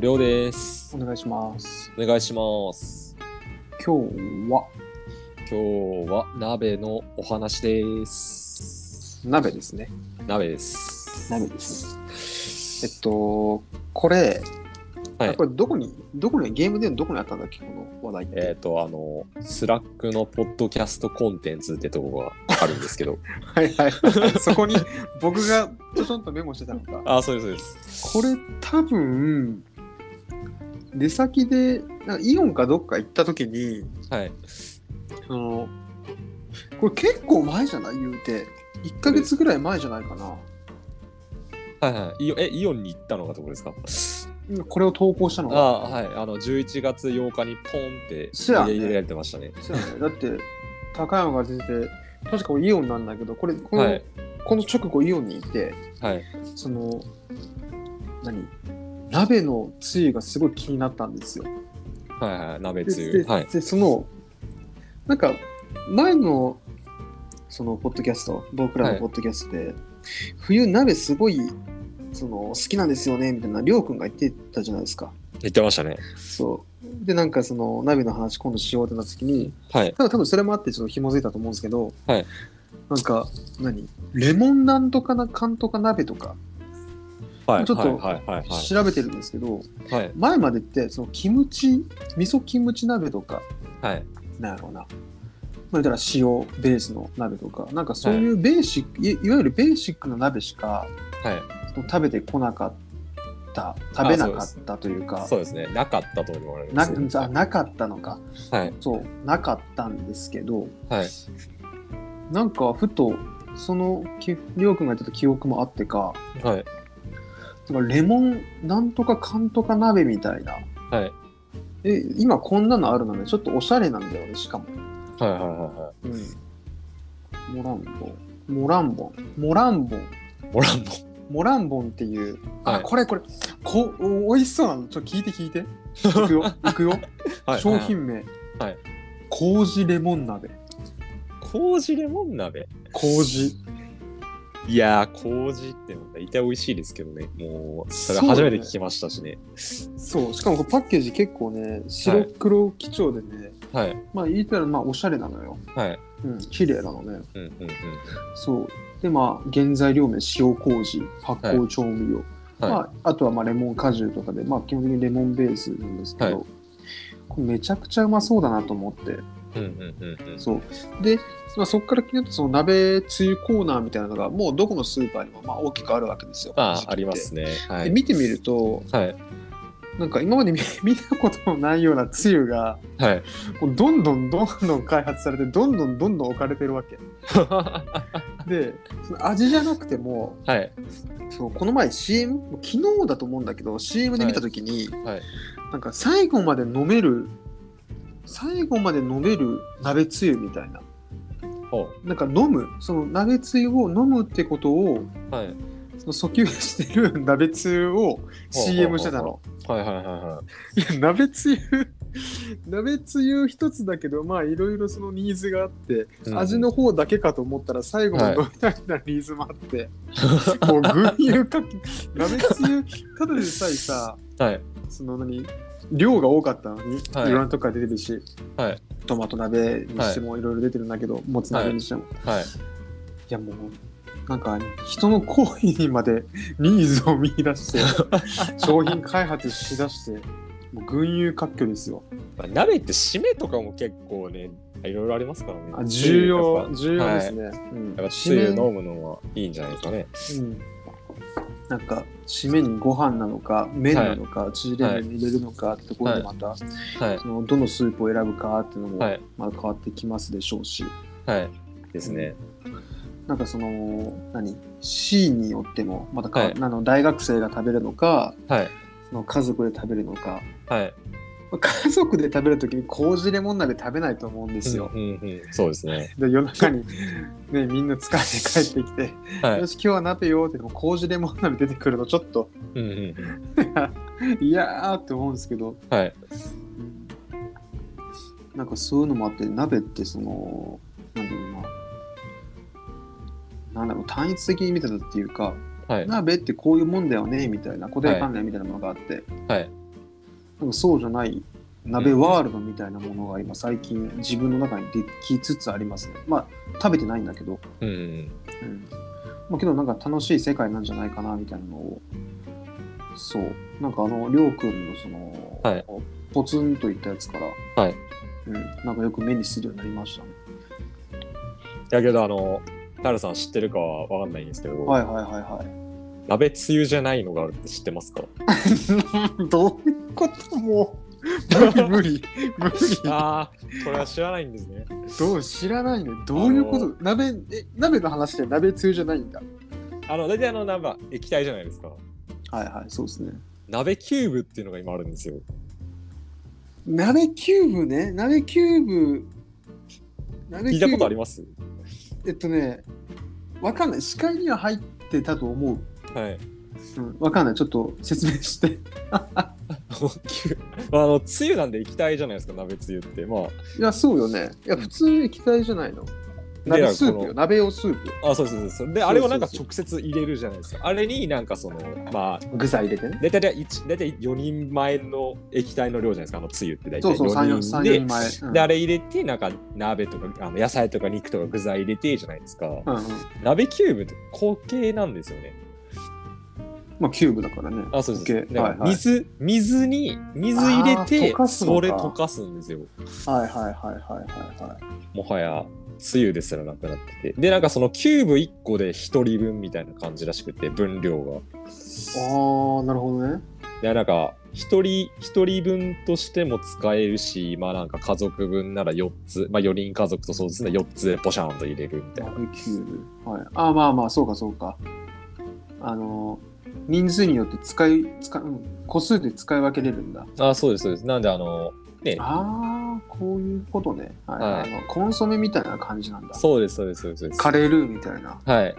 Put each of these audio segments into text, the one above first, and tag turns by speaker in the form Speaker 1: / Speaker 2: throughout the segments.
Speaker 1: りょうです
Speaker 2: お。願いします。
Speaker 1: お願いします。
Speaker 2: 今日は
Speaker 1: 今日は鍋のお話です。
Speaker 2: 鍋ですね。
Speaker 1: 鍋です。
Speaker 2: 鍋です。えっと、これ、
Speaker 1: はい
Speaker 2: あこれどこに、どこに、ゲームでのどこにあったんだっけ、この話題って。
Speaker 1: えっ、と、あの、スラックのポッドキャストコンテンツってとこがあるんですけど。
Speaker 2: はいはいはい。 そこに僕がちょちょんとメモしてたのか。
Speaker 1: あ、そうです、そうです。
Speaker 2: これ多分、出先で、なんかイオンかどっか行った時に、
Speaker 1: はい。
Speaker 2: その、これ結構前じゃない言うて。1ヶ月ぐらい前じゃないかな。
Speaker 1: はいはい。イオンえ、イオンに行ったのがところですか
Speaker 2: これを投稿したの
Speaker 1: あ
Speaker 2: が。
Speaker 1: はい。あの、11月8日にポンって
Speaker 2: そうやね
Speaker 1: 入れられてましたね。
Speaker 2: そうやねだって、高山が出てて、確かイオンなんだけど、これ、この、
Speaker 1: はい。
Speaker 2: この直後イオンにいて、
Speaker 1: はい。
Speaker 2: その、何鍋のつゆがすごい気になったんですよ。
Speaker 1: はいはい。鍋
Speaker 2: で
Speaker 1: つゆ。
Speaker 2: で
Speaker 1: はい。
Speaker 2: でその、なんか、前の、その、ポッドキャスト、僕ら
Speaker 1: は
Speaker 2: の
Speaker 1: い
Speaker 2: ポッドキャストで、冬鍋すごい、その、好きなんですよね、みたいな、りょうくんが言ってたじゃないですか。
Speaker 1: 言ってましたね。
Speaker 2: そう。で、なんかその、鍋の話今度しようってなった時に、
Speaker 1: はい。
Speaker 2: 多分多分それもあってちょっと紐づいたと思うんですけど、
Speaker 1: はい
Speaker 2: なんか何レモンなんとかなかんとか鍋とか
Speaker 1: はい。
Speaker 2: ちょっと
Speaker 1: はい。はい。はい。は
Speaker 2: 調べてるんですけど、
Speaker 1: い。はい。
Speaker 2: 前までってそのキムチ味噌キムチ鍋とか
Speaker 1: はい。
Speaker 2: なんやろうな、まあ、言ったら塩ベースの鍋とかなんかそういうベーシック、い、いわゆるベーシックな鍋しか
Speaker 1: はい
Speaker 2: その食べてこなかった食べなかったというか
Speaker 1: そうですね。なかったと思われま
Speaker 2: な
Speaker 1: す。
Speaker 2: あなかったのか
Speaker 1: はい。
Speaker 2: そうなかったんですけど、
Speaker 1: はい。
Speaker 2: なんかふとそのきりょうくんが言ってた記憶もあってか
Speaker 1: はい。
Speaker 2: てかレモンなんとかかんとか鍋みたいな
Speaker 1: はい。
Speaker 2: え今こんなのあるのねちょっとおしゃれなんだよねしかも、
Speaker 1: はい。はい。は
Speaker 2: うん、モランボンモランボンモランボン
Speaker 1: い。モランボ。
Speaker 2: モランボンっていう、
Speaker 1: は
Speaker 2: あ
Speaker 1: い
Speaker 2: これこれこお美味しそうなのちょっと聞いて聞いて いくよいくよ、商。品名、
Speaker 1: はい
Speaker 2: 麹レモン鍋
Speaker 1: 麹レモン鍋。
Speaker 2: 麹
Speaker 1: いやー、麹ってのがいて美味しいですけどね。もう、それ
Speaker 2: そう
Speaker 1: 初
Speaker 2: だ
Speaker 1: め
Speaker 2: ね
Speaker 1: て聞きましたしね。
Speaker 2: そうしかもこれパッケージ結構ね白黒基調でね、
Speaker 1: はい。
Speaker 2: まあ言ったらまあおしゃれなのよ。
Speaker 1: はい。
Speaker 2: うん、綺麗なのね。
Speaker 1: うんうんうん。
Speaker 2: そう。でまあ原材料名塩麹発酵調味料、
Speaker 1: はい。
Speaker 2: まあ、あとはまあレモン果汁とかで、まあ、基本的にレモンベースなんですけど、
Speaker 1: は
Speaker 2: これめちゃくちゃうまそうだなと思って
Speaker 1: うんうんうんうん。
Speaker 2: そうで、まあ、そこから気になってその鍋つゆコーナーみたいなのがもうどこのスーパーにもまあ大きくあるわけですよ。
Speaker 1: ま
Speaker 2: 時期っ
Speaker 1: あ、
Speaker 2: て
Speaker 1: ありますね。は
Speaker 2: で
Speaker 1: い。
Speaker 2: 見てみると
Speaker 1: はい。
Speaker 2: なんか今まで見 見たことのないようなつゆが
Speaker 1: はい。
Speaker 2: もうどんどんどんどん開発されてどんどんどんどん置かれてるわけ。でその味じゃなくても
Speaker 1: はい。
Speaker 2: そうこの前 CM もう昨日だと思うんだけど CM で見た時に、
Speaker 1: はい。
Speaker 2: なんか最後まで飲める最後まで飲める鍋つゆみたいな
Speaker 1: ほ
Speaker 2: なんか飲むその鍋つゆを飲むってことを
Speaker 1: う。はい。
Speaker 2: その訴求してる 鍋つゆを CM してたの
Speaker 1: はいはいはいはい
Speaker 2: や鍋つゆ 鍋つゆ一つだけどまあいろいろそのニーズがあって、
Speaker 1: い。うん
Speaker 2: 味。の方だけかと思ったら最後まで飲みたいなニーズもあって、もう群雄かき鍋つゆただでさえさ
Speaker 1: はい。
Speaker 2: その何量が多かったのに、
Speaker 1: はい
Speaker 2: い、ろんなとこから出てるし、
Speaker 1: はい
Speaker 2: トマト鍋にしてもいろいろ出てるんだけど、もつ鍋にしても、い、
Speaker 1: はい。
Speaker 2: やもうなんか人の行為にまで ニーズを見出して 商品開発しだしてもう群雄割拠ですよ
Speaker 1: まあ鍋って締めとかも結構ね、いろいろありますからね。
Speaker 2: あ重
Speaker 1: やっ
Speaker 2: 要
Speaker 1: ぱ
Speaker 2: 重要ですね、うん
Speaker 1: やっぱつゆ飲むのはいいんじゃないですかね。
Speaker 2: 締めうんなんか締めにご飯なのか麺なのか、縮れ麺に入れるのかってところでまた、
Speaker 1: はい
Speaker 2: そのどのスープを選ぶかっていうのも、
Speaker 1: はい
Speaker 2: まあ、変わってきますでしょうし、
Speaker 1: はいですね。
Speaker 2: なんかその何シーンによってもまたか、
Speaker 1: はい
Speaker 2: あの大学生が食べるのか
Speaker 1: はい
Speaker 2: その家族で食べるのか
Speaker 1: はい。
Speaker 2: まあ家族で食べるときに麹レモン鍋食べないと思うんですよ
Speaker 1: う、んうんうんそうですね。
Speaker 2: で夜中に、ね、みんな疲れて帰ってきて、
Speaker 1: はい
Speaker 2: よ。し今日は鍋よって言っても麹レモン鍋出てくるのちょっと
Speaker 1: うんうんうん
Speaker 2: いやーって思うんですけど、
Speaker 1: はい
Speaker 2: うんなんかそういうのもあって鍋ってそのなんだろうななんだろう単一的に見てたっていうか
Speaker 1: はい
Speaker 2: 鍋ってこういうもんだよねみたいな固定観念みたいなものがあって、
Speaker 1: はい
Speaker 2: でもそうじゃない鍋ワールドみたいなものが今最近自分の中にできつつありますね。まあ食べてないんだけど、
Speaker 1: うん。
Speaker 2: うんまあ、けどなんか楽しい世界なんじゃないかなみたいなのをそうなんかあのりょうくんのその、
Speaker 1: はい
Speaker 2: ポツンといったやつから、
Speaker 1: はい
Speaker 2: うん、なんかよく目にするようになりましたね
Speaker 1: だけど、あの、タルさん知ってるかはわかんないんですけど、
Speaker 2: はいはいはいは
Speaker 1: 鍋つゆじゃないのがあるって知ってますか
Speaker 2: い どういうこともう無理無理無理
Speaker 1: ああ、これは知らないんですね。
Speaker 2: どう知らないねどういうこと
Speaker 1: あ
Speaker 2: 鍋え鍋の話で鍋つゆじゃないんだ
Speaker 1: あの、大体あの、なんか液体じゃないですか。
Speaker 2: はいはいそうですね
Speaker 1: 鍋キューブっていうのが今あるんですよ。
Speaker 2: 鍋キューブね鍋キューブ鍋
Speaker 1: 聞
Speaker 2: キューブ
Speaker 1: いたことあります
Speaker 2: えっとね、わかんない。視界には入ってたと思う。
Speaker 1: はい。
Speaker 2: うん、わかんない。ちょっと説明 して。
Speaker 1: キュー まああの、つゆなんで液体じゃないですか、鍋つゆって。まあ、
Speaker 2: いや、そうよね。いや、普通液体じゃないの。
Speaker 1: で
Speaker 2: 鍋
Speaker 1: は
Speaker 2: スープ
Speaker 1: こ
Speaker 2: よ。
Speaker 1: の
Speaker 2: 鍋用スープよ。
Speaker 1: あ、そうそうそうそう。で、あれをなんか直接入れるじゃないですか。あれになんかその、まあ、
Speaker 2: 具材入れてね。
Speaker 1: 大体一大体4人前の液体の量じゃないですか、あのつゆって大
Speaker 2: そ
Speaker 1: 体
Speaker 2: うそう、
Speaker 1: 4人
Speaker 2: 3、4三
Speaker 1: で。
Speaker 2: 人前。うん
Speaker 1: で、あれ入れて、なんか鍋とかあの野菜とか肉とか具材入れてじゃないですか。
Speaker 2: うんうん。
Speaker 1: 鍋キューブって固形なんですよね。
Speaker 2: まあ、キューブだからね。
Speaker 1: あ、そうです。
Speaker 2: 固形
Speaker 1: だから
Speaker 2: はいはい
Speaker 1: 水、水に、水入れ
Speaker 2: あー
Speaker 1: て
Speaker 2: 溶、かすのか
Speaker 1: それ溶かすんですよ。
Speaker 2: はいはいはいはいはい。はい
Speaker 1: もはや、つゆですらなくなってて。で、なんかそのキューブ1個で1人分みたいな感じらしくて、分量が。
Speaker 2: ああ、なるほどね。
Speaker 1: で、なんか、1人、一人分としても使えるし、まあなんか家族分なら4つ、まあ4人家族とそうですね、4つでポシャーンと入れるみたいな。
Speaker 2: 鍋キューブ。はい。ああ、まあまあ、そうかそうか。あのー、人数によって使い、使い、うん、個数で使い分けれるんだ。
Speaker 1: あ、そうです、そうです。なんで、あの、ね、
Speaker 2: ああ、こういうことね。はい、
Speaker 1: はい
Speaker 2: あのコンソメみたいな感じなんだ。
Speaker 1: そうです、そうです、そうですそうです。
Speaker 2: カレールーみたいな。
Speaker 1: はい。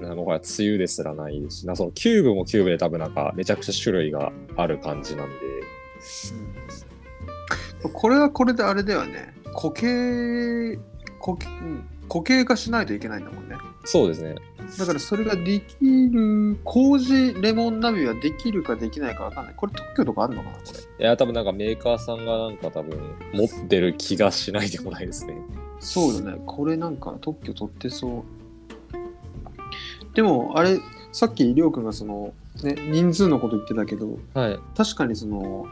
Speaker 1: なんかもはや梅雨ですらないですし、なそのキューブもキューブで多分なんかめちゃくちゃ種類がある感じなんで、
Speaker 2: これはこれであれだよね。固形、固形、うん固形化しないといけないんだもんね。
Speaker 1: そうですね。
Speaker 2: だからそれができる、麹レモン鍋はできるかできないかわかんない。これ特許とかあるのかなこれ。
Speaker 1: いや、多分なんかメーカーさんがなんか多分持ってる気がしないでもないですね。
Speaker 2: そうよね。これなんか特許取ってそう。でも、あれ、さっきりょうくんがその、ね、人数のこと言ってたけど、
Speaker 1: はい。
Speaker 2: 確かにその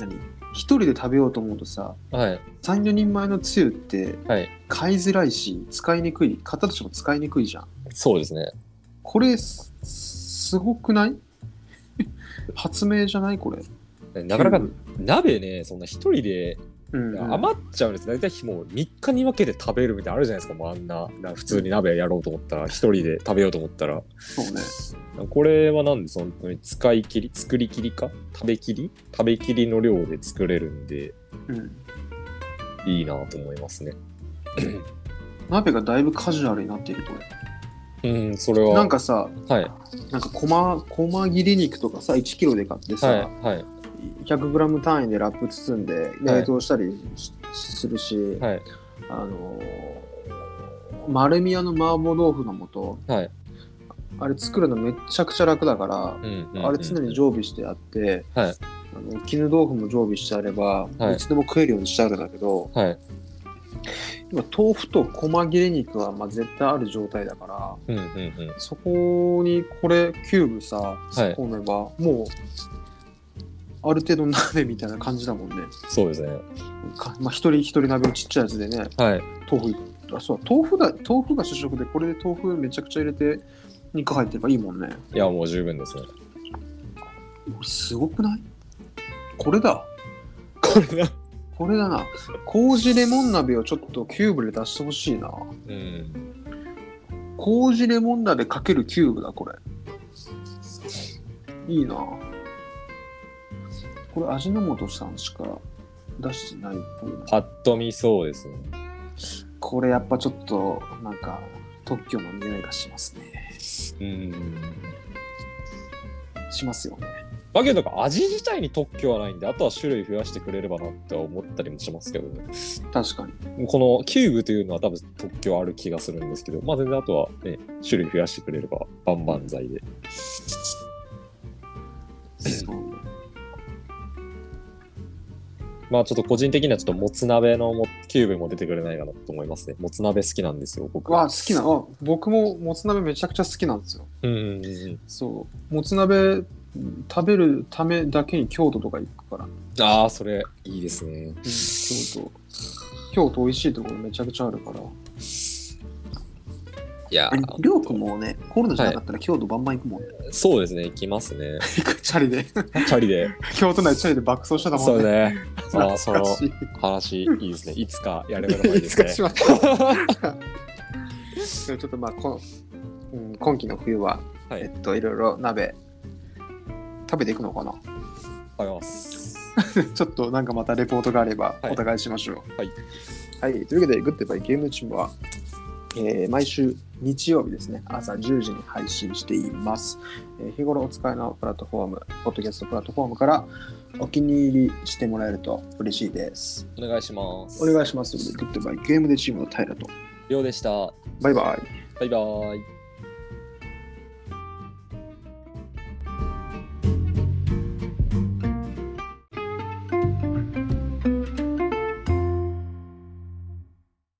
Speaker 2: 何一人で食べようと思うとさ
Speaker 1: はい。
Speaker 2: 34人前のつゆって
Speaker 1: はい。
Speaker 2: 買いづらいし使いにくい型としても使いにくいじゃん
Speaker 1: そうですね。
Speaker 2: これすすごくない 発明じゃないこれ
Speaker 1: なかなか
Speaker 2: うん
Speaker 1: 鍋ね、そんな一人で
Speaker 2: うんうん、
Speaker 1: 余っちゃうんです。大体もう3日に分けて食べるみたいなのあるじゃないですか、もうあんな。なんか普通に鍋やろうと思ったら、一人で食べようと思ったら。
Speaker 2: そうね
Speaker 1: これはなんで本当に使い切り作り切りか食べきり食べきりの量で作れるんで
Speaker 2: うん
Speaker 1: いいなと思いますね
Speaker 2: 鍋がだいぶカジュアルになっているこ
Speaker 1: うんそれ
Speaker 2: れ
Speaker 1: は
Speaker 2: なんかさ
Speaker 1: はい
Speaker 2: なんかこまこま切り肉とかさ1キロで買ってさ、
Speaker 1: はいはい
Speaker 2: 100g 単位でラップ包んで冷凍したりしするし、
Speaker 1: はい
Speaker 2: あのー、丸宮の麻婆豆腐の素
Speaker 1: はい
Speaker 2: あれ作るのめちゃくちゃ楽だから、
Speaker 1: うんうんうん
Speaker 2: あれ常に常備してあって、
Speaker 1: はい
Speaker 2: あの絹豆腐も常備してあれば、
Speaker 1: はい
Speaker 2: い、つでも食えるようにしてあるんだけど
Speaker 1: はい
Speaker 2: 今豆腐と細切れ肉はまあ絶対ある状態だから
Speaker 1: うんうんうん
Speaker 2: そこにこれキューブさ突っ込めば、もうある程度鍋みたいな感じだもんね。
Speaker 1: そうですね
Speaker 2: かまあ、一人一人鍋のちっちゃいやつでね、
Speaker 1: はい
Speaker 2: 豆腐あそうだ豆腐だ豆腐が主食でこれで豆腐めちゃくちゃ入れて肉入ってればいいもんね
Speaker 1: いやもう十分ですね
Speaker 2: これすごくないこれだ
Speaker 1: これが
Speaker 2: これだな麹レモン鍋をちょっとキューブで出してほしいな
Speaker 1: うん
Speaker 2: 麹レモン鍋かけるキューブだこれいいなこれ味の素さんしか出してないっぽいな
Speaker 1: パッと見そうですね
Speaker 2: これやっぱちょっとなんか特許の匂いがしますね
Speaker 1: うん
Speaker 2: しますよね
Speaker 1: だけどなんか味自体に特許はないんであとは種類増やしてくれればなって思ったりもしますけどね
Speaker 2: 確 かに
Speaker 1: このキューブというのは多分特許ある気がするんですけど、まあ全然あとはね、種類増やしてくれれば万々歳で。まあちょっと個人的にはちょっともつ鍋のもキューブも出てくれないかなと思いますね。もつ鍋好きなんですよ、僕。
Speaker 2: わあ好きなあ僕ももつ鍋めちゃくちゃ好きなんですよ
Speaker 1: うんうんうん。
Speaker 2: そうもつ鍋食べるためだけに京都とか行くから、うん、
Speaker 1: ああ、それいいですね。
Speaker 2: 京都京都美味しいところめちゃくちゃあるから
Speaker 1: いや
Speaker 3: あ、りょうくんもね、コロナじゃなかったら京都バンバン行くもんね。
Speaker 1: そうですね、行きますね。
Speaker 2: チャリで
Speaker 1: チャリで。
Speaker 2: 京都内チャリで爆走してたも
Speaker 1: そ
Speaker 2: ん
Speaker 1: う
Speaker 2: ね
Speaker 1: ね。ああ、そ
Speaker 2: 懐
Speaker 1: の
Speaker 2: かしい
Speaker 1: 話、いいですね。いつかやればいいで
Speaker 2: いつ
Speaker 1: す
Speaker 2: か
Speaker 1: ね
Speaker 2: し。まった。 ちょっとまあこ、うん、今期の冬は、
Speaker 1: はい
Speaker 2: えっといろいろ鍋食べていくのかな。
Speaker 1: ありがとうございます。
Speaker 2: ちょっとなんかまたレポートがあれば
Speaker 1: はい
Speaker 2: お互いしましょう。
Speaker 1: はい。
Speaker 2: はいというわけでグッドバイゲームチームは、えー毎週日曜日ですね朝10時に配信しています、えー日頃お使いのプラットフォームポッドキャストプラットフォームからお気に入りしてもらえると嬉しいです。
Speaker 1: お願いします。
Speaker 2: お願いします。グッドバイゲームでチームの平と。
Speaker 1: りょうでした。
Speaker 2: バイバイ。
Speaker 1: バイバーイ。